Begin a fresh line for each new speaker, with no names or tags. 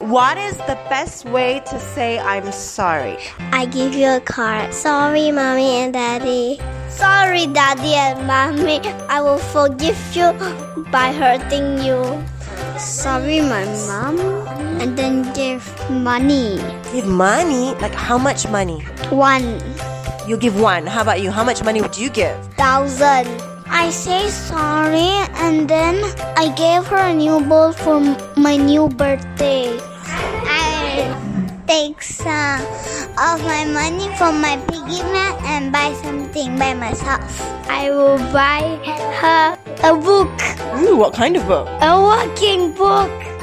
What is the best way to say I'm sorry?
I give you a card. Sorry, mommy and daddy. Sorry, daddy and mommy. I will forgive you by hurting you. Sorry, my mom. And then give money.
Give money? Like how much money?
One
You give one. How about you? How much money would you give?
thousand. I say sorry and then I gave her a new ball for m- my new birthday. I take some of my money from my piggy bank and buy something by myself. I will buy her a book,
Ooh, what kind of book?
a walking book.